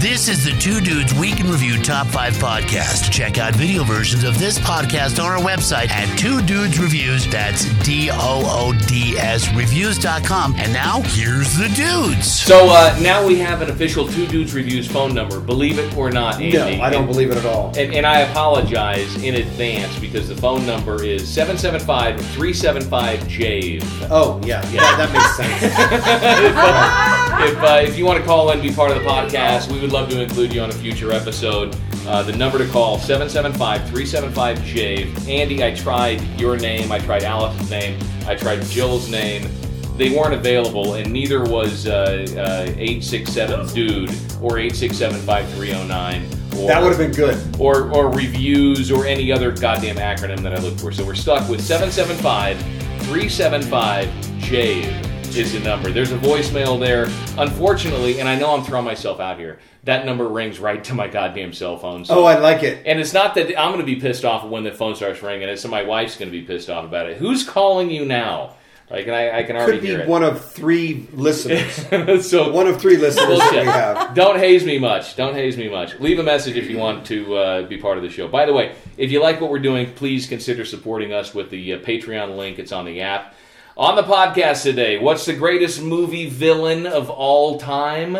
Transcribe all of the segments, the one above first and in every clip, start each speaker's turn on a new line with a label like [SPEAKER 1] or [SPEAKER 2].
[SPEAKER 1] This is the Two Dudes Week in Review Top 5 podcast. Check out video versions of this podcast on our website at Two Dudes Reviews. That's D O O D S Reviews.com. And now, here's the dudes.
[SPEAKER 2] So uh, now we have an official Two Dudes Reviews phone number. Believe it or not, Andy.
[SPEAKER 3] No, I don't believe it at all.
[SPEAKER 2] And, and I apologize in advance because the phone number is 775-375-JAVE.
[SPEAKER 3] Oh, yeah, yeah, that makes sense.
[SPEAKER 2] If, uh, if you want to call in and be part of the podcast, we would love to include you on a future episode. Uh, the number to call, 775-375-JAVE. E. Andy, I tried your name. I tried Alice's name. I tried Jill's name. They weren't available, and neither was uh, uh, 867-DUDE or 867-5309. Or,
[SPEAKER 3] That would have been good.
[SPEAKER 2] or, or reviews or any other goddamn acronym that I look for. So we're stuck with 775 375 JAVE is the number. There's a voicemail there. Unfortunately, and I know I'm throwing myself out here, that number rings right to my goddamn cell phone. So
[SPEAKER 3] Oh, I like it.
[SPEAKER 2] and it's not that I'm going to be pissed off when the phone starts ringing. It's that my wife's going to be pissed off about it. Who's calling you now? Like, and I, I can already
[SPEAKER 3] Could be
[SPEAKER 2] hear it.
[SPEAKER 3] one of three listeners.
[SPEAKER 2] so
[SPEAKER 3] one of three listeners that
[SPEAKER 2] Bullshit.
[SPEAKER 3] we have.
[SPEAKER 2] Don't haze me much. Don't haze me much. Leave a message if you want to uh, be part of the show. By the way, if you like what we're doing, please consider supporting us with the uh, Patreon link. It's on the app. On the podcast today, what's the greatest movie villain of all time?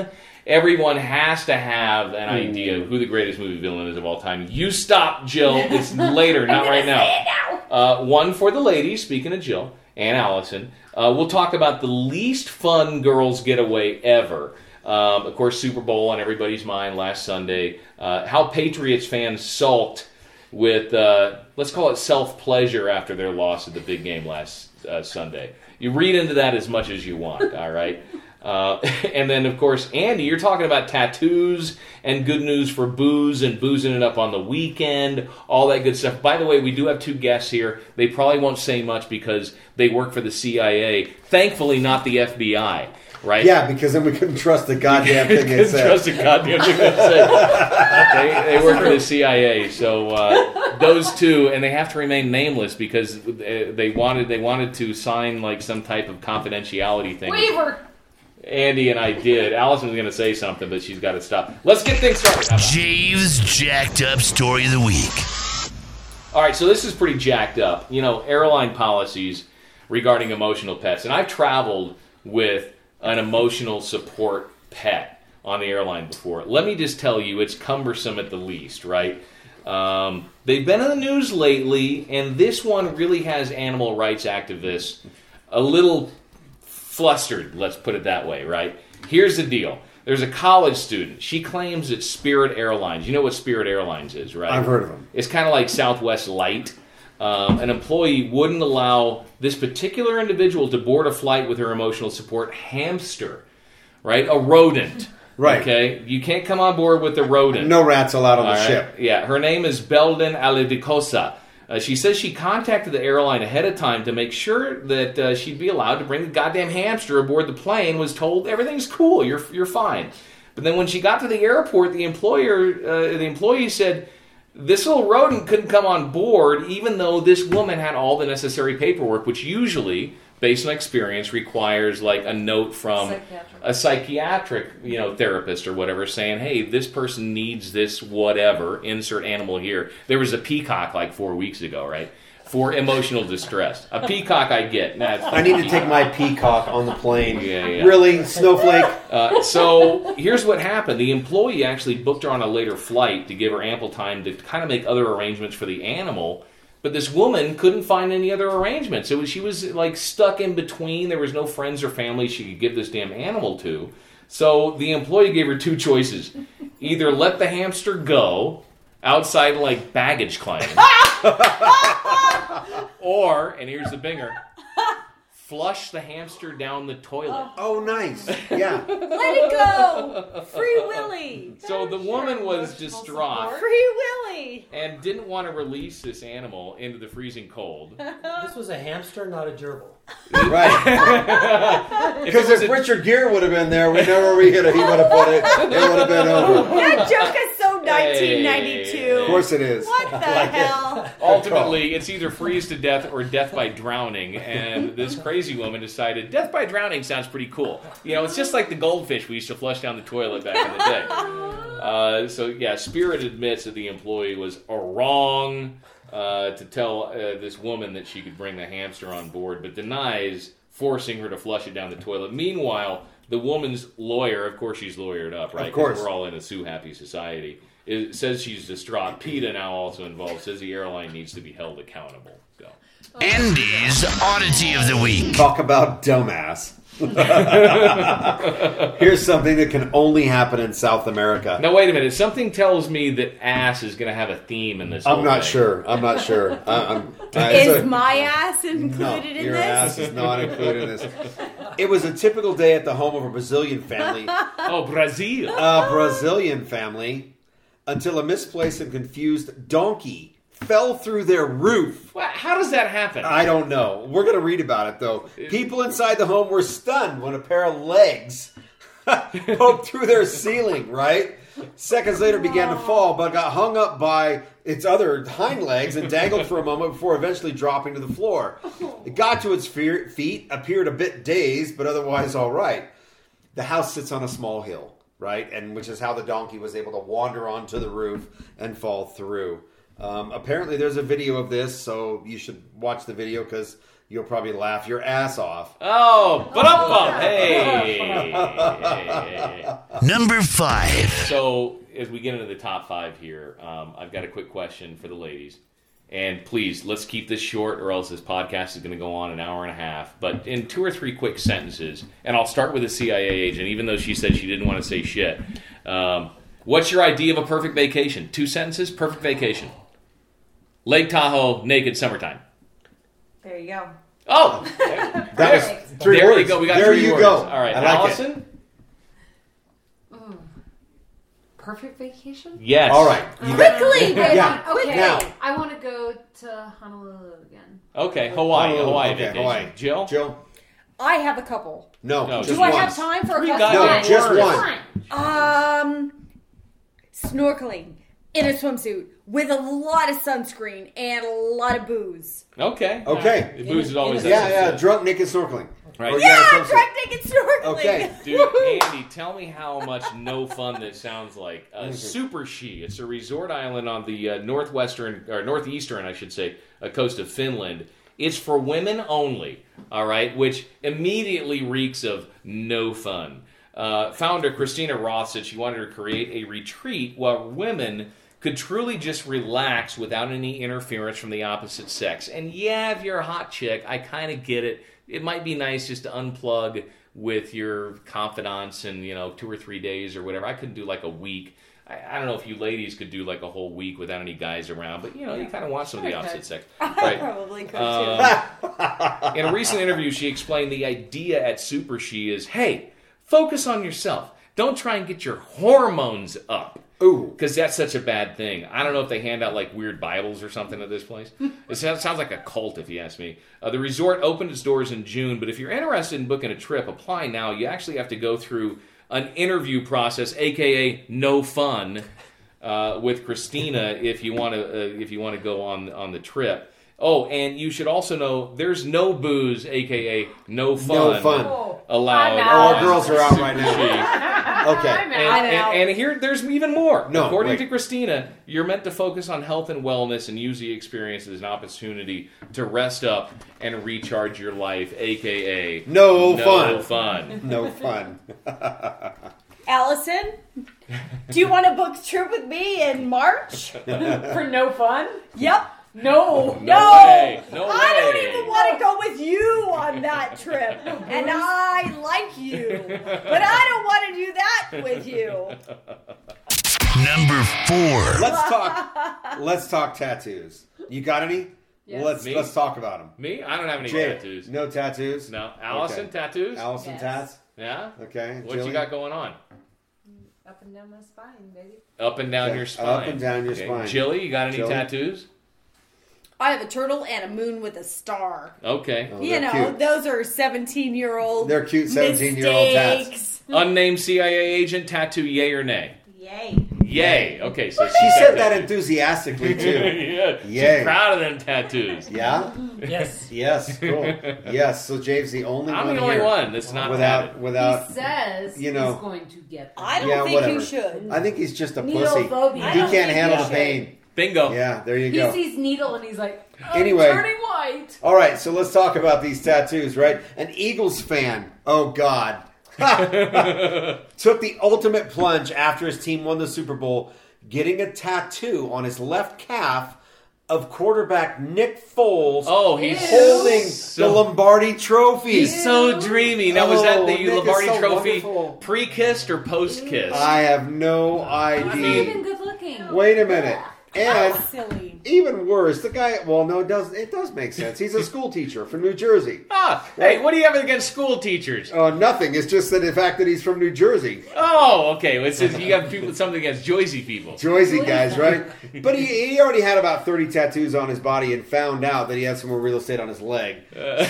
[SPEAKER 2] Everyone has to have an idea of who the greatest movie villain is of all time. You stop, Jill. It's later, not right now. Uh, one for the ladies, speaking of Jill and Allison. Uh, we'll talk about the least fun girls' getaway ever. Um, of course, Super Bowl on everybody's mind last Sunday. Uh, how Patriots fans sulked with, uh, let's call it self pleasure after their loss at the big game last uh, Sunday. You read into that as much as you want, all right? Uh, and then, of course, Andy, you're talking about tattoos and good news for booze and boozing it up on the weekend, all that good stuff. By the way, we do have two guests here. They probably won't say much because they work for the CIA. Thankfully, not the FBI, right?
[SPEAKER 3] Yeah, because then we couldn't trust the goddamn thing they
[SPEAKER 2] Couldn't
[SPEAKER 3] said.
[SPEAKER 2] trust a goddamn thing they said. They, they work for the CIA, so uh, those two, and they have to remain nameless because uh, they wanted they wanted to sign like some type of confidentiality thing.
[SPEAKER 4] We were.
[SPEAKER 2] Andy and I did. Allison was going to say something, but she's got to stop. Let's get things started. How about-
[SPEAKER 1] Jave's jacked up story of the week.
[SPEAKER 2] All right, so this is pretty jacked up. You know, airline policies regarding emotional pets. And I've traveled with an emotional support pet on the airline before. Let me just tell you, it's cumbersome at the least, right? Um, they've been in the news lately, and this one really has animal rights activists a little flustered, let's put it that way, right? Here's the deal. There's a college student. She claims it's Spirit Airlines. You know what Spirit Airlines is, right?
[SPEAKER 3] I've heard of them.
[SPEAKER 2] It's kind of like Southwest Light. Um, an employee wouldn't allow this particular individual to board a flight with her emotional support hamster, right? A rodent.
[SPEAKER 3] Right.
[SPEAKER 2] Okay. You can't come on board with the rodent.
[SPEAKER 3] No rats allowed on
[SPEAKER 2] All
[SPEAKER 3] the
[SPEAKER 2] right.
[SPEAKER 3] ship.
[SPEAKER 2] Yeah, her name is Belden Alidicosa. Uh, she says she contacted the airline ahead of time to make sure that uh, she'd be allowed to bring the goddamn hamster aboard the plane. Was told everything's cool, you're you're fine. But then when she got to the airport, the employer uh, the employee said this little rodent couldn't come on board, even though this woman had all the necessary paperwork, which usually, based on experience, requires like a note from
[SPEAKER 4] Psychiatric.
[SPEAKER 2] a psychiatric, you know, therapist or whatever, saying, "Hey, this person needs this whatever." Insert animal here. There was a peacock like four weeks ago, right? For emotional distress, a peacock I get. Nah, it's
[SPEAKER 3] I need to take my peacock on the plane.
[SPEAKER 2] Yeah, yeah.
[SPEAKER 3] Really, snowflake?
[SPEAKER 2] Uh, so here's what happened. The employee actually booked her on a later flight to give her ample time to kind of make other arrangements for the animal. But this woman couldn't find any other arrangements. It was, she was like stuck in between. There was no friends or family she could give this damn animal to. So the employee gave her two choices either let the hamster go outside like baggage claim, or, and here's the binger, flush the hamster down the toilet.
[SPEAKER 3] Oh, nice. Yeah.
[SPEAKER 4] Let it go. Free Willy.
[SPEAKER 2] So the woman was
[SPEAKER 4] Emotional
[SPEAKER 2] distraught.
[SPEAKER 4] support. Free Willy.
[SPEAKER 2] and didn't want to release this animal into the freezing cold.
[SPEAKER 5] This was a hamster, not a gerbil.
[SPEAKER 3] Right. Because if Richard Gere would have been there, we know where we could have, he would have put it. It would have been over.
[SPEAKER 4] That joke is so 1992.
[SPEAKER 3] Of course it is.
[SPEAKER 4] What the hell?
[SPEAKER 2] ultimately, it's either freeze to death or death by drowning. And this crazy woman decided death by drowning sounds pretty cool. You know, it's just like the goldfish we used to flush down the toilet back in the day. Uh, so yeah, Spirit admits that the employee was wrong uh, to tell uh, this woman that she could bring the hamster on board, but denies forcing her to flush it down the toilet. Meanwhile, the woman's lawyer, of course, she's lawyered up, right? 'Cause
[SPEAKER 3] course.
[SPEAKER 2] we're all in a sue happy society. Is, says she's distraught. PETA now also involved. Says the airline needs to be held accountable. Go.
[SPEAKER 1] Andy's oddity of the week.
[SPEAKER 3] Talk about dumbass. Here's something that can only happen in South America.
[SPEAKER 2] Now wait a minute. Something tells me that ass is going to have a theme in this.
[SPEAKER 3] I'm
[SPEAKER 2] whole
[SPEAKER 3] not
[SPEAKER 2] thing.
[SPEAKER 3] sure. I'm not sure. I, I'm, I-
[SPEAKER 4] Is
[SPEAKER 3] it's a-
[SPEAKER 4] my ass
[SPEAKER 3] no,
[SPEAKER 4] included in
[SPEAKER 3] your
[SPEAKER 4] this?
[SPEAKER 3] ass is not included in this. It was a typical day at the home of a Brazilian family
[SPEAKER 2] Oh, Brazil.
[SPEAKER 3] a Brazilian family until a misplaced and confused donkey fell through their roof.
[SPEAKER 2] Well, how does that happen?
[SPEAKER 3] I don't know. We're going to read about it though. People inside the home were stunned when a pair of legs poked through their ceiling, right? Seconds later began to fall, but got hung up by its other hind legs and dangled for a moment before eventually dropping to the floor. It got to its fear- feet, appeared a bit dazed, but otherwise all right the house sits on a small hill, right? And which is how the donkey was able to wander onto the roof and fall through. Um, apparently, there's a video of this, so you should watch the video because you'll probably laugh your ass off.
[SPEAKER 2] Oh, but up, up. Hey.
[SPEAKER 1] Number five.
[SPEAKER 2] so, as we get into the top five here, um, I've got a quick question for the ladies. And please, let's keep this short, or else this podcast is going to go on an hour and a half. But in two or three quick sentences, and I'll start with the CIA agent, even though she said she didn't want to say shit. Um, what's your idea of a perfect vacation? Two sentences, perfect vacation. Lake Tahoe, naked summertime.
[SPEAKER 4] There you go.
[SPEAKER 2] Oh,
[SPEAKER 3] That was three
[SPEAKER 2] there
[SPEAKER 3] words.
[SPEAKER 2] we go. We got
[SPEAKER 3] there
[SPEAKER 2] three
[SPEAKER 3] you
[SPEAKER 2] words.
[SPEAKER 3] go.
[SPEAKER 2] All right,
[SPEAKER 3] I like
[SPEAKER 2] Allison.
[SPEAKER 3] it.
[SPEAKER 6] Perfect vacation?
[SPEAKER 2] Yes.
[SPEAKER 3] All right. You got-
[SPEAKER 4] Quickly, baby.
[SPEAKER 3] Yeah.
[SPEAKER 6] Okay.
[SPEAKER 3] Now.
[SPEAKER 6] I want to go to Honolulu again.
[SPEAKER 2] Okay, Hawaii,
[SPEAKER 3] Honolulu.
[SPEAKER 2] Hawaii
[SPEAKER 3] Oh, Okay,
[SPEAKER 2] vacation.
[SPEAKER 3] Hawaii.
[SPEAKER 2] Jill.
[SPEAKER 3] Jill.
[SPEAKER 4] I have a couple.
[SPEAKER 3] No.
[SPEAKER 2] No,
[SPEAKER 3] just
[SPEAKER 2] just
[SPEAKER 4] Do I
[SPEAKER 3] once.
[SPEAKER 4] have time for a
[SPEAKER 2] Three
[SPEAKER 4] couple?
[SPEAKER 3] No,
[SPEAKER 2] goddamn
[SPEAKER 3] just
[SPEAKER 2] words.
[SPEAKER 3] one.
[SPEAKER 4] Um, snorkeling in a swimsuit with a lot of sunscreen and a lot of booze.
[SPEAKER 2] Okay.
[SPEAKER 3] Okay.
[SPEAKER 2] All right. Booze is always
[SPEAKER 3] Yeah, yeah.
[SPEAKER 2] necessary.
[SPEAKER 3] Drunk naked snorkeling.
[SPEAKER 2] Right.
[SPEAKER 3] Or you
[SPEAKER 4] Yeah,
[SPEAKER 3] got a
[SPEAKER 4] yeah
[SPEAKER 3] swimsuit.
[SPEAKER 4] drunk naked snorkeling.
[SPEAKER 3] Okay.
[SPEAKER 2] Dude, Andy, tell me how much no fun this sounds like.
[SPEAKER 3] Mm-hmm.
[SPEAKER 2] Uh, Super She. It's a resort island on the uh, northwestern or northeastern, I should say, uh, coast of Finland. It's for women only. All right, which immediately reeks of no fun. Uh, founder Christina Roth said she wanted to create a retreat where women could truly just relax without any interference from the opposite sex. And yeah, if you're a hot chick, I kind of get it. It might be nice just to unplug with your confidants and, you know, two or three days or whatever. I couldn't do like a week. I, I don't know if you ladies could do like a whole week without any guys around, but, you know, you kind of want some of the
[SPEAKER 6] Sure I could.
[SPEAKER 2] opposite sex.
[SPEAKER 4] I
[SPEAKER 2] Right.
[SPEAKER 4] probably could too.
[SPEAKER 3] Uh,
[SPEAKER 2] In a recent interview, she explained the idea at Super She is hey, focus on yourself. Don't try and get your hormones up.
[SPEAKER 3] Ooh.
[SPEAKER 2] Because that's such a bad thing. I don't know if they hand out like weird Bibles or something at this place. It sounds, sounds like a cult, if you ask me. Uh, the resort opened its doors in June, but if you're interested in booking a trip, apply now. You actually have to go through an interview process, aka no fun, uh, with Christina if you want to uh, if you want to go on on the trip. Oh, and you should also know there's no booze, aka no fun,
[SPEAKER 3] No fun.
[SPEAKER 2] allowed.
[SPEAKER 6] I'm out.
[SPEAKER 3] Oh, our girls are out right now.
[SPEAKER 2] Gee.
[SPEAKER 3] Okay.
[SPEAKER 6] I'm out.
[SPEAKER 2] And, and, and here, there's even more.
[SPEAKER 3] No,
[SPEAKER 2] According
[SPEAKER 3] wait.
[SPEAKER 2] to Christina, you're meant to focus on health and wellness and use the experience as an opportunity to rest up and recharge your life, aka
[SPEAKER 3] No
[SPEAKER 2] no
[SPEAKER 3] fun.
[SPEAKER 2] fun.
[SPEAKER 3] No fun.
[SPEAKER 4] Allison, do you want to book a trip with me in March?
[SPEAKER 6] For no fun?
[SPEAKER 4] Yep.
[SPEAKER 6] No.
[SPEAKER 4] No.
[SPEAKER 2] way. No
[SPEAKER 4] Oh, I don't
[SPEAKER 2] way.
[SPEAKER 4] even want to go with you on that trip. And I like you. But I don't want to do that with you.
[SPEAKER 1] Number four.
[SPEAKER 3] Let's talk. let's talk tattoos. You got any?
[SPEAKER 6] Yes.
[SPEAKER 3] let's
[SPEAKER 2] Me?
[SPEAKER 3] let's talk about them.
[SPEAKER 2] Me? I don't have any
[SPEAKER 3] Jay,
[SPEAKER 2] tattoos.
[SPEAKER 3] No tattoos.
[SPEAKER 2] No. Allison,
[SPEAKER 3] Okay.
[SPEAKER 2] tattoos?
[SPEAKER 3] Allison
[SPEAKER 6] Yes.
[SPEAKER 3] tats.
[SPEAKER 2] Yeah?
[SPEAKER 3] Okay.
[SPEAKER 2] What
[SPEAKER 3] Jillian?
[SPEAKER 2] you got going on?
[SPEAKER 6] Up and down my spine, baby.
[SPEAKER 2] Up and down
[SPEAKER 3] Yeah,
[SPEAKER 2] your
[SPEAKER 3] up
[SPEAKER 2] spine.
[SPEAKER 3] and down your spine.
[SPEAKER 2] Jilly, you got any
[SPEAKER 3] Jilly?
[SPEAKER 2] tattoos?
[SPEAKER 4] I have a turtle and a moon with a star.
[SPEAKER 2] Okay.
[SPEAKER 3] Oh,
[SPEAKER 4] You
[SPEAKER 3] they're
[SPEAKER 4] know,
[SPEAKER 3] cute.
[SPEAKER 4] those are 17 year old.
[SPEAKER 3] They're cute 17-year-old tats.
[SPEAKER 2] Unnamed CIA agent tattoo, yay or nay?
[SPEAKER 4] Yay.
[SPEAKER 2] Yay. Okay, so
[SPEAKER 3] She said that enthusiastically too.
[SPEAKER 2] yeah.
[SPEAKER 3] Yay.
[SPEAKER 2] She's proud of them tattoos.
[SPEAKER 3] Yeah.
[SPEAKER 5] Yes.
[SPEAKER 3] Yes. Cool. Yes. So Jave's the only
[SPEAKER 2] I'm
[SPEAKER 3] one
[SPEAKER 2] the only
[SPEAKER 3] here
[SPEAKER 2] one that's not
[SPEAKER 3] without
[SPEAKER 6] He
[SPEAKER 3] without.
[SPEAKER 6] says
[SPEAKER 3] Uh, you know,
[SPEAKER 6] he's going to get them.
[SPEAKER 4] I don't
[SPEAKER 3] Yeah,
[SPEAKER 4] think
[SPEAKER 3] whatever.
[SPEAKER 4] you should.
[SPEAKER 3] I think he's just a pussy. He
[SPEAKER 6] Needlephobia. I don't
[SPEAKER 3] can't
[SPEAKER 4] think
[SPEAKER 3] handle
[SPEAKER 4] he
[SPEAKER 3] the
[SPEAKER 4] should.
[SPEAKER 3] pain.
[SPEAKER 2] Bingo.
[SPEAKER 3] Yeah. There you
[SPEAKER 6] He
[SPEAKER 3] go.
[SPEAKER 6] sees needle and he's like, I'm
[SPEAKER 3] Anyway.
[SPEAKER 6] turning white.
[SPEAKER 3] All right, so let's talk about these tattoos, right? An Eagles fan. Oh God. Took the ultimate plunge after his team won the Super Bowl, getting a tattoo on his left calf of quarterback Nick Foles
[SPEAKER 2] Oh, he's
[SPEAKER 3] holding the
[SPEAKER 2] so-
[SPEAKER 3] Lombardi trophy.
[SPEAKER 2] He's so dreamy. Now, was that the
[SPEAKER 3] Oh, Nick is
[SPEAKER 2] Lombardi
[SPEAKER 3] so
[SPEAKER 2] Trophy
[SPEAKER 3] wonderful.
[SPEAKER 2] pre-kissed or post-kissed?
[SPEAKER 3] I have no
[SPEAKER 6] He's not even
[SPEAKER 3] idea.
[SPEAKER 6] good looking.
[SPEAKER 3] Wait a minute. And
[SPEAKER 4] Silly.
[SPEAKER 3] even worse, the guy well no, it does it does make sense. He's a school teacher from New Jersey.
[SPEAKER 2] ah, hey, what do you have against school teachers?
[SPEAKER 3] Uh, nothing. It's just that the fact that he's from New Jersey,
[SPEAKER 2] Oh, okay. Well, it says you have people something against Joycey people.
[SPEAKER 3] Jersey guys, right? But he, he already had about thirty tattoos on his body, and found out that he had some more real estate on his leg.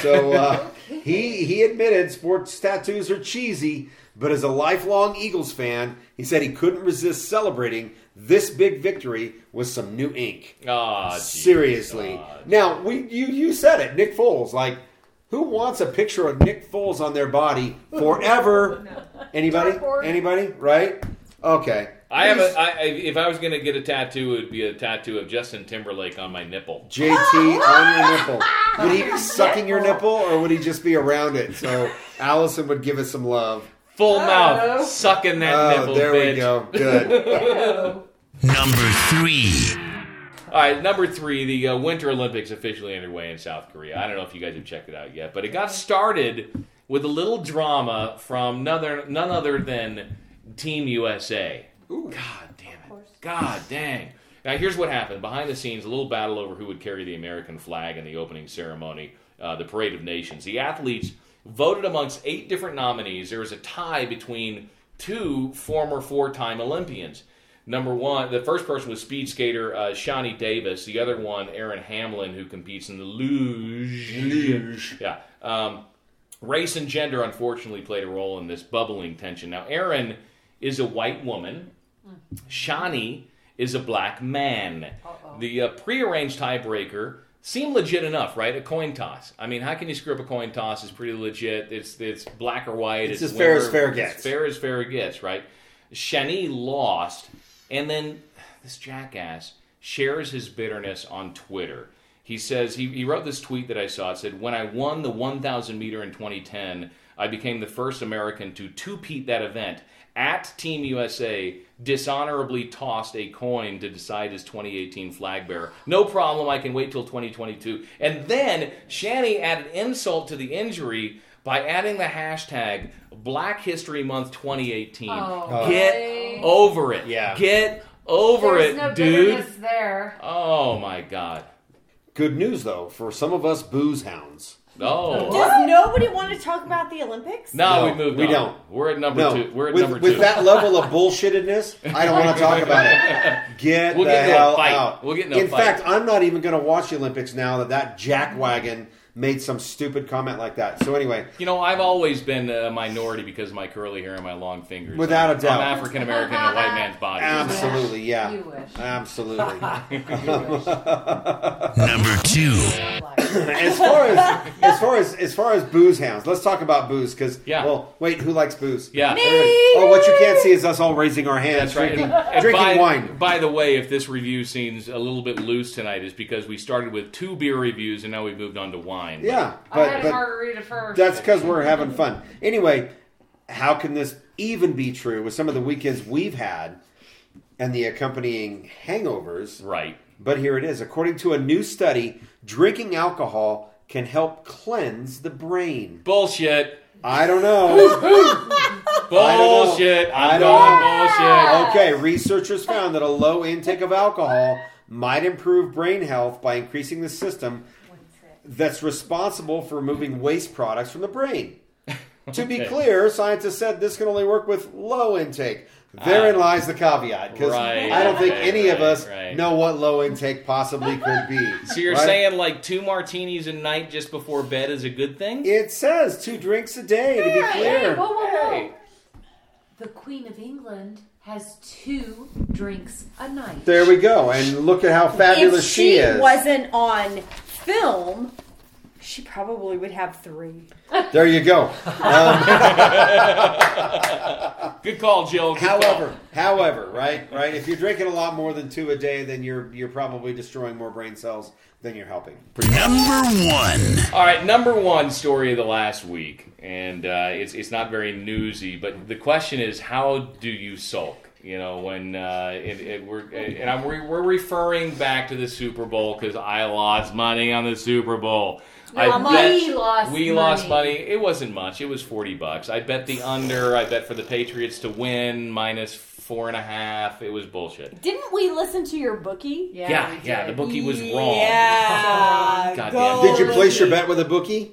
[SPEAKER 3] So uh, he he admitted sports tattoos are cheesy, but as a lifelong Eagles fan, he said he couldn't resist celebrating this big victory with some new ink.
[SPEAKER 2] Ah, geez.
[SPEAKER 3] Seriously.
[SPEAKER 2] Ah,
[SPEAKER 3] Now we you you said it, Nick Foles. Like, who wants a picture of Nick Foles on their body forever? Anybody?
[SPEAKER 6] Cardboard.
[SPEAKER 3] Anybody? Right? Okay.
[SPEAKER 2] I have a. I, I, if I was going to get a tattoo, it would be a tattoo of Justin Timberlake on my nipple.
[SPEAKER 3] JT on your nipple. Would he be sucking your nipple or would he just be around it? So Allison would give it some love.
[SPEAKER 2] Full
[SPEAKER 6] Oh.
[SPEAKER 2] mouth, sucking that
[SPEAKER 3] Oh,
[SPEAKER 2] nipple,
[SPEAKER 3] there
[SPEAKER 2] bitch.
[SPEAKER 3] we go. Good.
[SPEAKER 1] Number three.
[SPEAKER 2] All right, number three, the uh, Winter Olympics officially underway in South Korea. I don't know if you guys have checked it out yet, but it got started with a little drama from none other, none other than Team USA. God damn it. God dang. Now, here's what happened. Behind the scenes, a little battle over who would carry the American flag in the opening ceremony, uh, the Parade of Nations. The athletes voted amongst eight different nominees. There was a tie between two former four time Olympians. Number one, the first person was speed skater uh, Shawnee Davis. The other one, Aaron Hamlin, who competes in the luge. Luge. Yeah. Um, race and gender, unfortunately, played a role in this bubbling tension. Now, Aaron is a white woman. Shawnee is a black man. The uh, prearranged tiebreaker seemed legit enough, right? A coin toss. I mean, how can you screw up a coin toss? It's pretty legit. It's it's black or white.
[SPEAKER 3] It's as fair
[SPEAKER 2] winner.
[SPEAKER 3] as fair
[SPEAKER 2] It's
[SPEAKER 3] gets.
[SPEAKER 2] fair as fair gets, right? Shawnee lost, and then this jackass shares his bitterness on Twitter. He says he, he wrote this tweet that I saw. It said, "When I won the 1,000 meter in 2010, I became the first American to two-peat that event. At Team USA, dishonorably tossed a coin to decide his 2018 flag bearer. No problem. I can wait till 2022." And then Shanny added insult to the injury by adding the hashtag Black History Month 2018.
[SPEAKER 6] Oh,
[SPEAKER 2] Get
[SPEAKER 6] really?
[SPEAKER 2] over it.
[SPEAKER 3] Yeah.
[SPEAKER 2] Get over
[SPEAKER 6] There's
[SPEAKER 2] it,
[SPEAKER 6] no
[SPEAKER 2] dude.
[SPEAKER 6] bitterness there.
[SPEAKER 3] Uh,
[SPEAKER 2] Oh my god.
[SPEAKER 3] Good news though, for some of us booze hounds.
[SPEAKER 2] No.
[SPEAKER 4] Does nobody want to talk about the Olympics?
[SPEAKER 2] No,
[SPEAKER 3] No,
[SPEAKER 2] we moved
[SPEAKER 3] we
[SPEAKER 2] on.
[SPEAKER 3] don't.
[SPEAKER 2] We're at number
[SPEAKER 3] No,
[SPEAKER 2] two. We're at
[SPEAKER 3] with,
[SPEAKER 2] number
[SPEAKER 3] with
[SPEAKER 2] two.
[SPEAKER 3] that level of bullshittedness, I don't want to talk about it. Get
[SPEAKER 2] We'll
[SPEAKER 3] the
[SPEAKER 2] get into a
[SPEAKER 3] hell
[SPEAKER 2] fight.
[SPEAKER 3] out.
[SPEAKER 2] We'll get into a
[SPEAKER 3] in
[SPEAKER 2] fight.
[SPEAKER 3] fact, I'm not even going to watch the Olympics now that that jackwagon made some stupid comment like that. So anyway,
[SPEAKER 2] you know, I've always been a minority because of my curly hair and my long fingers.
[SPEAKER 3] Without
[SPEAKER 2] I'm-
[SPEAKER 3] a doubt.
[SPEAKER 2] I'm African American in a white man's body.
[SPEAKER 3] absolutely, yeah,
[SPEAKER 6] You wish.
[SPEAKER 3] absolutely.
[SPEAKER 1] Number two.
[SPEAKER 3] as far as as far as as far as booze hounds, let's talk about booze because
[SPEAKER 2] Yeah.
[SPEAKER 3] Well, wait, who likes booze?
[SPEAKER 2] Yeah.
[SPEAKER 3] Everybody- Oh, what you can't see is us all raising our hands,
[SPEAKER 2] That's right.
[SPEAKER 3] drinking,
[SPEAKER 2] And
[SPEAKER 3] drinking
[SPEAKER 2] by,
[SPEAKER 3] wine.
[SPEAKER 2] By the way, if this review seems a little bit loose tonight, is because we started with two beer reviews and now we've moved on to wine.
[SPEAKER 3] Yeah,
[SPEAKER 6] I
[SPEAKER 3] but
[SPEAKER 6] had a
[SPEAKER 3] but
[SPEAKER 6] margarita first.
[SPEAKER 3] that's because we're having fun. Anyway, how can this even be true with some of the weekends we've had and the accompanying hangovers?
[SPEAKER 2] Right.
[SPEAKER 3] But here it is. According to a new study, drinking alcohol can help cleanse the brain.
[SPEAKER 2] Bullshit.
[SPEAKER 3] I don't know. know.
[SPEAKER 2] Bullshit.
[SPEAKER 3] I
[SPEAKER 2] I'm
[SPEAKER 3] don't Oh,
[SPEAKER 2] going
[SPEAKER 6] know.
[SPEAKER 2] bullshit.
[SPEAKER 3] Okay, researchers found that a low intake of alcohol might improve brain health by increasing the system that's responsible for removing waste products from the brain. To be
[SPEAKER 2] Okay.
[SPEAKER 3] clear, scientists said this can only work with low intake. Therein
[SPEAKER 2] Ah.
[SPEAKER 3] lies the caveat, because
[SPEAKER 2] Right,
[SPEAKER 3] I don't think
[SPEAKER 2] right,
[SPEAKER 3] any of
[SPEAKER 2] right,
[SPEAKER 3] us
[SPEAKER 2] right.
[SPEAKER 3] know what low intake possibly could be.
[SPEAKER 2] So you're
[SPEAKER 3] right?
[SPEAKER 2] saying like two martinis a night just before bed is a good thing?
[SPEAKER 3] it says two drinks a day. To be
[SPEAKER 6] Hey,
[SPEAKER 3] clear,
[SPEAKER 6] whoa, whoa, whoa.
[SPEAKER 2] Hey.
[SPEAKER 6] The Queen of England has two drinks a night.
[SPEAKER 3] There we go. And look at how fabulous
[SPEAKER 4] If
[SPEAKER 3] she,
[SPEAKER 4] she
[SPEAKER 3] is.
[SPEAKER 4] wasn't on film, she probably would have three.
[SPEAKER 3] There you go.
[SPEAKER 2] Good call, Jill. Good call.
[SPEAKER 3] However, however, right, right. If you're drinking a lot more than two a day, then you're you're probably destroying more brain cells than you're helping.
[SPEAKER 1] Number one.
[SPEAKER 2] All right, number one story of the last week, and uh, it's it's not very newsy, but the question is, how do you sulk? You know, when uh, it, it, we're and I'm re- we're referring back to the Super Bowl because I lost money on the Super Bowl. I
[SPEAKER 6] No, we lost
[SPEAKER 2] we lost money.
[SPEAKER 6] money.
[SPEAKER 2] It wasn't much. It was forty bucks. I bet the under. I bet for the Patriots to win minus four and a half. It was bullshit.
[SPEAKER 4] Didn't we listen to your bookie?
[SPEAKER 6] Yeah,
[SPEAKER 2] Yeah,
[SPEAKER 6] we
[SPEAKER 2] yeah. The
[SPEAKER 6] did.
[SPEAKER 2] bookie was wrong.
[SPEAKER 4] Yeah.
[SPEAKER 2] God
[SPEAKER 4] go
[SPEAKER 2] damn.
[SPEAKER 3] Did you place your
[SPEAKER 4] Bookie.
[SPEAKER 3] bet with a bookie?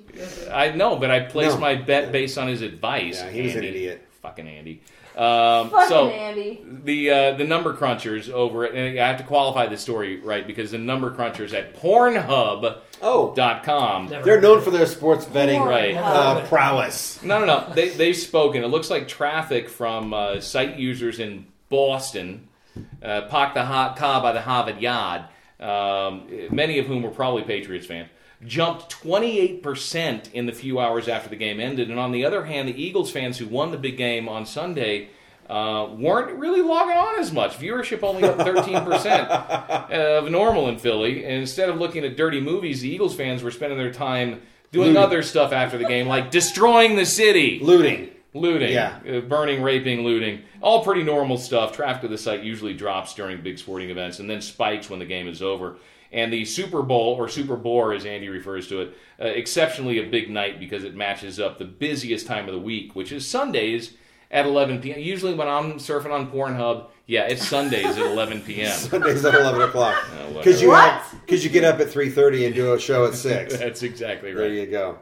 [SPEAKER 2] I know, but I placed
[SPEAKER 3] No.
[SPEAKER 2] my bet based on his advice.
[SPEAKER 3] Yeah, he was an
[SPEAKER 2] Andy.
[SPEAKER 3] idiot.
[SPEAKER 2] Fucking Andy. Um,
[SPEAKER 6] Fucking
[SPEAKER 2] so
[SPEAKER 6] Andy.
[SPEAKER 2] the uh, the number crunchers over at and I have to qualify this story right because the number crunchers at Pornhub.com.
[SPEAKER 3] Oh, they're known for their sports betting
[SPEAKER 2] Right.
[SPEAKER 3] uh, prowess.
[SPEAKER 2] No, no, no. They they've spoken. It looks like traffic from uh, site users in Boston, uh, parked the hot car by the Harvard Yard, um, many of whom were probably Patriots fans. Jumped 28% in the few hours after the game ended. And on the other hand, the Eagles fans who won the big game on Sunday uh, weren't really logging on as much. Viewership only up 13% of normal in Philly. And instead of looking at dirty movies, the Eagles fans were spending their time doing other stuff after the game, like destroying the city
[SPEAKER 3] Looting.
[SPEAKER 2] looting,
[SPEAKER 3] Yeah.
[SPEAKER 2] uh, burning, raping, looting, all pretty normal stuff. Traffic to the site usually drops during big sporting events and then spikes when the game is over. And the Super Bowl, or Super Bore as Andy refers to it, uh, exceptionally a big night because it matches up the busiest time of the week, which is Sundays at 11 p.m. Usually when I'm surfing on Pornhub, yeah, it's Sundays at 11 p.m.
[SPEAKER 3] Sundays at eleven o'clock.
[SPEAKER 2] whatever.
[SPEAKER 3] Because you because you get up at three thirty and do a show at six.
[SPEAKER 2] That's exactly
[SPEAKER 3] There
[SPEAKER 2] right.
[SPEAKER 3] you go.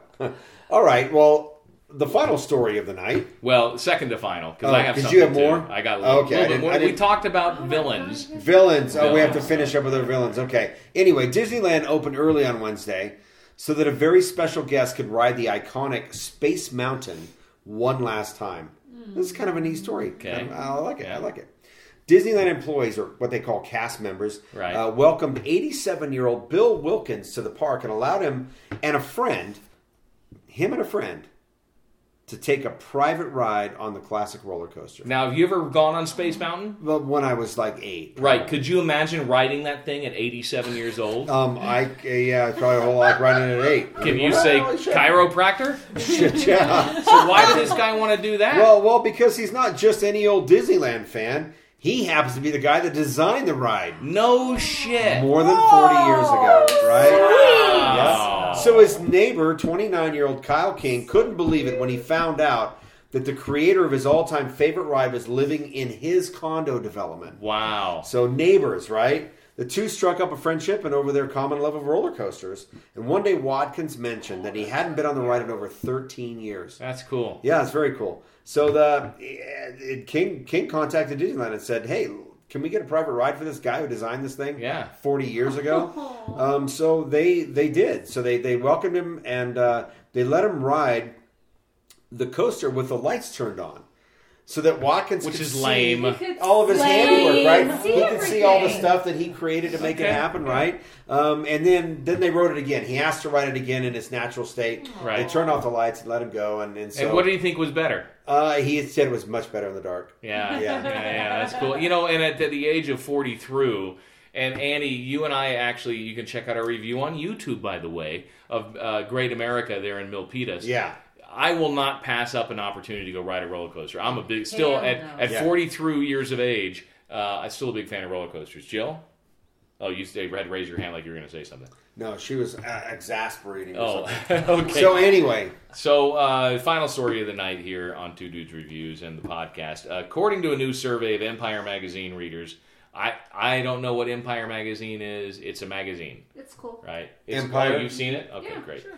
[SPEAKER 3] All right. Well, the final story of the night.
[SPEAKER 2] Well, second to final because
[SPEAKER 3] Oh,
[SPEAKER 2] I have
[SPEAKER 3] 'cause
[SPEAKER 2] something
[SPEAKER 3] you have
[SPEAKER 2] too.
[SPEAKER 3] more?
[SPEAKER 2] I got a little,
[SPEAKER 3] Okay, I
[SPEAKER 2] little bit
[SPEAKER 3] didn't-
[SPEAKER 2] more.
[SPEAKER 3] I
[SPEAKER 2] We
[SPEAKER 3] didn't-
[SPEAKER 2] talked about villains.
[SPEAKER 3] Villains. Oh, we have to
[SPEAKER 2] Villains.
[SPEAKER 3] finish up with our villains. Okay. Anyway, Disneyland opened early on Wednesday so that a very special guest could ride the iconic Space Mountain one last time. This is kind of a neat story.
[SPEAKER 2] Hmm. Okay.
[SPEAKER 3] I, I like it.
[SPEAKER 2] Yeah.
[SPEAKER 3] I like it. Disneyland employees, or what they call cast members,
[SPEAKER 2] Right.
[SPEAKER 3] uh, welcomed 87 year old Bill Wilkins to the park and allowed him and a friend, him and a friend, to take a private ride on the classic roller coaster.
[SPEAKER 2] Now, have you ever gone on Space Mountain?
[SPEAKER 3] Well, when I was like eight.
[SPEAKER 2] Right. Could you imagine riding that thing at 87 years old?
[SPEAKER 3] Um, I uh, yeah, it's probably a whole lot running at eight.
[SPEAKER 2] Can you
[SPEAKER 3] Well,
[SPEAKER 2] say
[SPEAKER 3] sure.
[SPEAKER 2] chiropractor?
[SPEAKER 3] Shit, yeah.
[SPEAKER 2] So why did this guy want to do that?
[SPEAKER 3] Well, well, because he's not just any old Disneyland fan. He happens to be the guy that designed the ride
[SPEAKER 2] no shit.
[SPEAKER 3] more than forty years ago, right?
[SPEAKER 2] Wow.
[SPEAKER 3] So his neighbor, twenty-nine-year-old Kyle King, couldn't believe it when he found out that the creator of his all-time favorite ride was living in his condo development.
[SPEAKER 2] Wow.
[SPEAKER 3] So neighbors, right? The two struck up a friendship and over their common love of roller coasters. And one day Watkins mentioned that he hadn't been on the ride in over 13 years.
[SPEAKER 2] That's cool.
[SPEAKER 3] Yeah, it's very cool. So the it, King King contacted Disneyland and said, "Hey, can we get a private ride for this guy who designed this thing?
[SPEAKER 2] Yeah.
[SPEAKER 3] 40 years ago." um, so they they did. So they they welcomed him and uh, they let him ride the coaster with the lights turned on, so that Watkins
[SPEAKER 2] Which
[SPEAKER 3] could
[SPEAKER 2] is
[SPEAKER 3] see
[SPEAKER 2] lame.
[SPEAKER 3] all of his handiwork, right?
[SPEAKER 6] See
[SPEAKER 3] he could see all the
[SPEAKER 6] everything.
[SPEAKER 3] stuff that he created to make it
[SPEAKER 2] Okay.
[SPEAKER 3] happen, right? Um, and then then they wrote it again. He asked to write it again in its natural state.
[SPEAKER 2] Right.
[SPEAKER 3] They turned off the lights and let him go. And, and so
[SPEAKER 2] And what do you think was better?
[SPEAKER 3] uh, he had said it was much better in the dark.
[SPEAKER 2] Yeah.
[SPEAKER 3] Yeah.
[SPEAKER 2] Yeah. yeah, That's cool. You know, and at the- the age of 40 through, and Annie, you and I actually, you can check out our review on YouTube, by the way, of uh, Great America there in Milpitas.
[SPEAKER 3] Yeah.
[SPEAKER 2] I will not pass up an opportunity to go ride a roller coaster. I'm a big still
[SPEAKER 6] Hell
[SPEAKER 2] at,
[SPEAKER 6] no.
[SPEAKER 2] at
[SPEAKER 3] Yeah.
[SPEAKER 2] 40 through years of age. Uh, I'm still a big fan of roller coasters. Jill, oh, you stayed red. Raise your hand like you were going to say something.
[SPEAKER 3] No, she was uh, exasperating. Or
[SPEAKER 2] Oh,
[SPEAKER 3] something.
[SPEAKER 2] okay.
[SPEAKER 3] So anyway,
[SPEAKER 2] So, uh, final story of the night here on Two Dudes Reviews and the podcast. According to a new survey of Empire magazine readers, I I don't know what Empire magazine is. It's a magazine,
[SPEAKER 6] It's cool.
[SPEAKER 2] right? It's,
[SPEAKER 3] Empire?
[SPEAKER 2] oh, you've seen it? Okay,
[SPEAKER 6] yeah,
[SPEAKER 2] great.
[SPEAKER 6] Sure.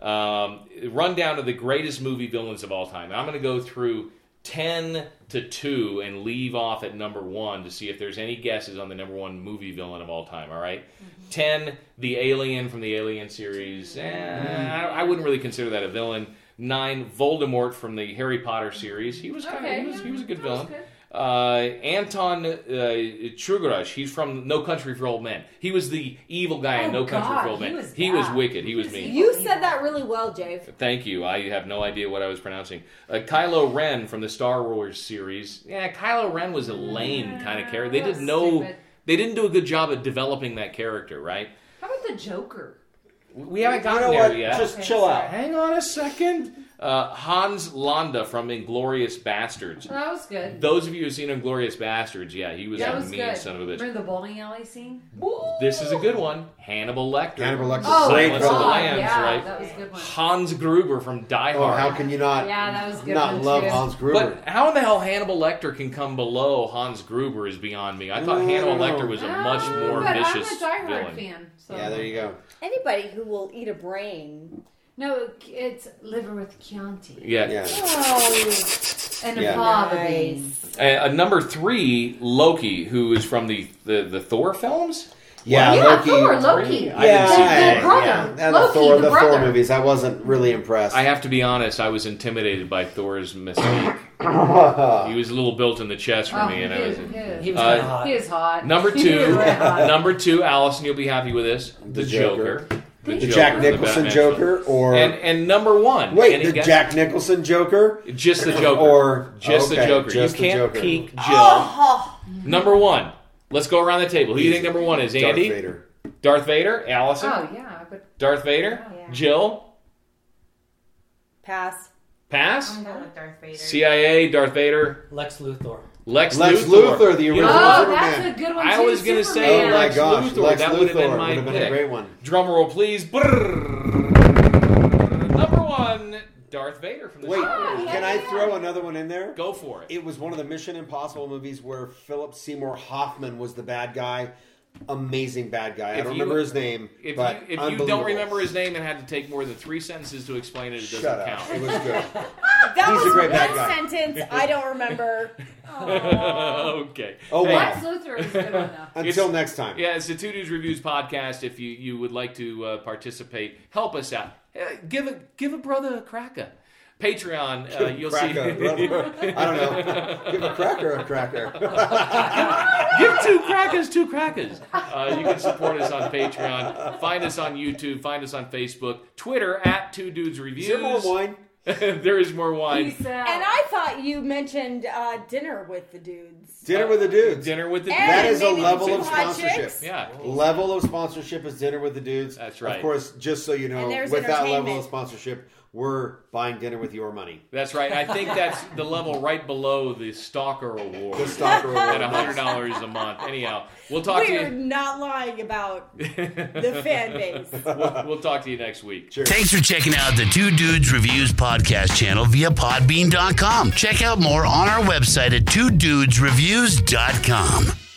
[SPEAKER 2] um, rundown of the greatest movie villains of all time. And I'm going to go through 10 to 2 and leave off at number 1 to see if there's any guesses on the number 1 movie villain of all time, all right?
[SPEAKER 6] Mm-hmm.
[SPEAKER 2] 10, the alien from the Alien series. Eh, I, I wouldn't really consider that a villain. 9, Voldemort from the Harry Potter series. He was kind of,
[SPEAKER 6] Okay,
[SPEAKER 2] he, was,
[SPEAKER 6] yeah,
[SPEAKER 2] he was a good
[SPEAKER 6] that was
[SPEAKER 2] villain.
[SPEAKER 6] good.
[SPEAKER 2] Uh, Anton uh, Chigurh, he's from No Country for Old Men. He was the evil guy in
[SPEAKER 6] Oh,
[SPEAKER 2] No Country
[SPEAKER 6] God,
[SPEAKER 2] for Old
[SPEAKER 6] he
[SPEAKER 2] Men.
[SPEAKER 6] was
[SPEAKER 2] he was
[SPEAKER 6] bad.
[SPEAKER 2] wicked. He was
[SPEAKER 6] was
[SPEAKER 2] mean.
[SPEAKER 6] evil.
[SPEAKER 4] You said that really well, Jave.
[SPEAKER 2] Thank you. I have no idea what I was pronouncing. Uh, Kylo Ren from the Star Wars series. Yeah, Kylo Ren was a lame kind of character. They
[SPEAKER 6] That was
[SPEAKER 2] didn't know.
[SPEAKER 6] stupid.
[SPEAKER 2] They didn't do a good job of developing that character, right?
[SPEAKER 6] How about the Joker?
[SPEAKER 2] We haven't
[SPEAKER 3] You
[SPEAKER 2] gotten
[SPEAKER 3] know
[SPEAKER 2] there
[SPEAKER 3] what?
[SPEAKER 2] yet.
[SPEAKER 3] Just
[SPEAKER 6] Okay,
[SPEAKER 3] chill
[SPEAKER 6] sorry.
[SPEAKER 3] out.
[SPEAKER 2] Hang on a second. Uh, Hans Landa from Inglorious Bastards.
[SPEAKER 6] That was good.
[SPEAKER 2] Those of you who've seen Inglorious Bastards, yeah, he was
[SPEAKER 6] that
[SPEAKER 2] a
[SPEAKER 6] was
[SPEAKER 2] mean
[SPEAKER 6] good.
[SPEAKER 2] son of a bitch.
[SPEAKER 6] Remember the bowling alley scene?
[SPEAKER 2] This is a good one. Hannibal Lecter.
[SPEAKER 3] Hannibal Lecter.
[SPEAKER 6] Oh,
[SPEAKER 3] Great
[SPEAKER 2] Silence of the
[SPEAKER 3] film.
[SPEAKER 6] God,
[SPEAKER 2] Lambs,
[SPEAKER 6] yeah,
[SPEAKER 2] right?
[SPEAKER 6] that was a good one.
[SPEAKER 2] Hans Gruber from Die
[SPEAKER 3] Oh,
[SPEAKER 2] Hard.
[SPEAKER 3] how can you not?
[SPEAKER 6] Yeah, that was a good
[SPEAKER 3] Not
[SPEAKER 6] one,
[SPEAKER 3] love
[SPEAKER 6] too.
[SPEAKER 3] Hans Gruber.
[SPEAKER 2] but how in the hell Hannibal Lecter can come below Hans Gruber is beyond me. I thought
[SPEAKER 3] No,
[SPEAKER 2] Hannibal
[SPEAKER 3] no, no.
[SPEAKER 2] Lecter was a
[SPEAKER 6] Ah,
[SPEAKER 2] much more
[SPEAKER 6] but
[SPEAKER 2] vicious
[SPEAKER 6] I'm a Die Hard
[SPEAKER 2] villain.
[SPEAKER 6] fan. So.
[SPEAKER 3] yeah, there you go.
[SPEAKER 4] Anybody who will eat a brain.
[SPEAKER 6] No, it's liver with Chianti
[SPEAKER 2] Yeah.
[SPEAKER 3] Yeah.
[SPEAKER 4] Oh,
[SPEAKER 6] and
[SPEAKER 3] Yeah.
[SPEAKER 6] a fava
[SPEAKER 4] Nice.
[SPEAKER 6] bean.
[SPEAKER 2] Uh, uh, number three, Loki, who is from the, the, the Thor films.
[SPEAKER 3] Yeah,
[SPEAKER 6] Yeah,
[SPEAKER 3] Loki.
[SPEAKER 6] Thor, Loki.
[SPEAKER 2] I didn't see
[SPEAKER 3] yeah,
[SPEAKER 2] that.
[SPEAKER 6] brother.
[SPEAKER 3] yeah. And the
[SPEAKER 6] Loki,
[SPEAKER 3] Thor,
[SPEAKER 6] the
[SPEAKER 3] the, Thor
[SPEAKER 6] brother.
[SPEAKER 3] movies. I wasn't really impressed.
[SPEAKER 2] I have to be honest, I was intimidated by Thor's mistake. he was a little built in the chest for
[SPEAKER 6] Oh,
[SPEAKER 2] me, and
[SPEAKER 6] he
[SPEAKER 2] I was.
[SPEAKER 6] is, he is.
[SPEAKER 5] He was
[SPEAKER 2] Uh,
[SPEAKER 5] kind of hot.
[SPEAKER 6] He is hot.
[SPEAKER 2] Number
[SPEAKER 6] He is
[SPEAKER 2] two,
[SPEAKER 6] red hot.
[SPEAKER 2] number two, Allison, you'll be happy with this. The,
[SPEAKER 3] The
[SPEAKER 2] Joker.
[SPEAKER 3] Joker.
[SPEAKER 2] The,
[SPEAKER 3] the
[SPEAKER 2] Joker,
[SPEAKER 3] Jack
[SPEAKER 2] the
[SPEAKER 3] Nicholson
[SPEAKER 2] Batman film.
[SPEAKER 3] Joker, or
[SPEAKER 2] And and number one.
[SPEAKER 3] wait,
[SPEAKER 2] any
[SPEAKER 3] the
[SPEAKER 2] guess?
[SPEAKER 3] Jack Nicholson Joker.
[SPEAKER 2] Just the Joker.
[SPEAKER 3] Or-
[SPEAKER 2] just the
[SPEAKER 3] okay,
[SPEAKER 2] Joker.
[SPEAKER 3] just
[SPEAKER 2] you
[SPEAKER 3] the
[SPEAKER 2] can't
[SPEAKER 3] Joker.
[SPEAKER 2] peek Jill.
[SPEAKER 4] oh,
[SPEAKER 2] Number one. Let's go around the table. Who do you think number one is?
[SPEAKER 3] Darth
[SPEAKER 2] Andy?
[SPEAKER 3] Vader.
[SPEAKER 2] Darth Vader? Allison?
[SPEAKER 6] Oh yeah, but
[SPEAKER 2] Darth Vader?
[SPEAKER 6] Oh, yeah.
[SPEAKER 2] Jill?
[SPEAKER 4] pass.
[SPEAKER 2] Pass?
[SPEAKER 7] I'm going with Darth Vader.
[SPEAKER 2] CIA, Darth Vader,
[SPEAKER 5] Lex Luthor.
[SPEAKER 2] Lex,
[SPEAKER 3] Lex
[SPEAKER 2] Luthor.
[SPEAKER 3] Luthor, the
[SPEAKER 2] You
[SPEAKER 3] original
[SPEAKER 2] know,
[SPEAKER 6] oh,
[SPEAKER 3] Superman.
[SPEAKER 6] that's a good one.
[SPEAKER 2] I
[SPEAKER 6] too,
[SPEAKER 2] was gonna
[SPEAKER 6] Superman.
[SPEAKER 2] say,
[SPEAKER 3] Oh my
[SPEAKER 2] Lex
[SPEAKER 3] gosh,
[SPEAKER 2] Luthor.
[SPEAKER 3] Lex
[SPEAKER 2] That
[SPEAKER 3] Luthor
[SPEAKER 2] would've been my
[SPEAKER 3] would have been
[SPEAKER 2] pick.
[SPEAKER 3] a great one.
[SPEAKER 2] Drum roll, please. Brrrr. Number one, Darth Vader from the
[SPEAKER 3] Wait,
[SPEAKER 4] Ah,
[SPEAKER 2] Star
[SPEAKER 6] Oh,
[SPEAKER 2] Wars.
[SPEAKER 3] can I throw another one in there?
[SPEAKER 2] Go for it.
[SPEAKER 3] It was one of the Mission Impossible movies where Philip Seymour Hoffman was the bad guy. Amazing bad guy. I
[SPEAKER 2] If
[SPEAKER 3] don't
[SPEAKER 2] you-
[SPEAKER 3] remember his name,
[SPEAKER 2] If you,
[SPEAKER 3] but
[SPEAKER 2] if you don't
[SPEAKER 3] unbelievable.
[SPEAKER 2] remember his name and had to take more than three sentences to explain it, it doesn't
[SPEAKER 3] shut up. It
[SPEAKER 2] count.
[SPEAKER 3] was good.
[SPEAKER 4] That
[SPEAKER 3] He's a
[SPEAKER 4] was
[SPEAKER 3] great bad guy.
[SPEAKER 4] one sentence. I don't remember.
[SPEAKER 2] okay.
[SPEAKER 3] Oh,
[SPEAKER 2] Hey,
[SPEAKER 3] wow.
[SPEAKER 6] Lex Luthor is good one though.
[SPEAKER 3] Until next time.
[SPEAKER 2] Yeah, it's the Two Dudes Reviews podcast. If you, you would like to uh, participate, help us out. Uh, give a give a brother a cracker. Patreon, uh, you'll see.
[SPEAKER 3] Cracker, brother. I don't know. Give a cracker a cracker.
[SPEAKER 2] Give two crackers, two crackers. Uh, you can support us on Patreon. Find us on YouTube. Find us on Facebook, Twitter at Two Dudes Reviews.
[SPEAKER 3] Is there more wine?
[SPEAKER 2] there is more wine.
[SPEAKER 6] Peace out.
[SPEAKER 4] And I thought you mentioned uh, dinner with the dudes.
[SPEAKER 3] Dinner with the dudes.
[SPEAKER 2] uh, Dinner with the
[SPEAKER 4] And
[SPEAKER 3] That is a
[SPEAKER 4] maybe
[SPEAKER 3] level
[SPEAKER 4] two
[SPEAKER 3] of
[SPEAKER 4] hot
[SPEAKER 3] sponsorship.
[SPEAKER 4] chicks.
[SPEAKER 2] Yeah.
[SPEAKER 3] Level of sponsorship is dinner with the dudes.
[SPEAKER 2] That's right.
[SPEAKER 3] Of course, just so you know,
[SPEAKER 4] And there's
[SPEAKER 3] with that level
[SPEAKER 4] entertainment.
[SPEAKER 3] of sponsorship, we're buying dinner with your money.
[SPEAKER 2] That's right. I think that's the level right below the Stalker Award.
[SPEAKER 3] The stalker
[SPEAKER 2] at
[SPEAKER 3] award.
[SPEAKER 2] hundred dollars a month. Anyhow, we'll talk to
[SPEAKER 4] We're
[SPEAKER 2] you.
[SPEAKER 4] not lying about the fan base.
[SPEAKER 2] We'll, we'll talk to you next week.
[SPEAKER 1] Thanks for checking out the Two Dudes Reviews podcast channel via podbean.com. Check out more on our website at two dudesreviews.com.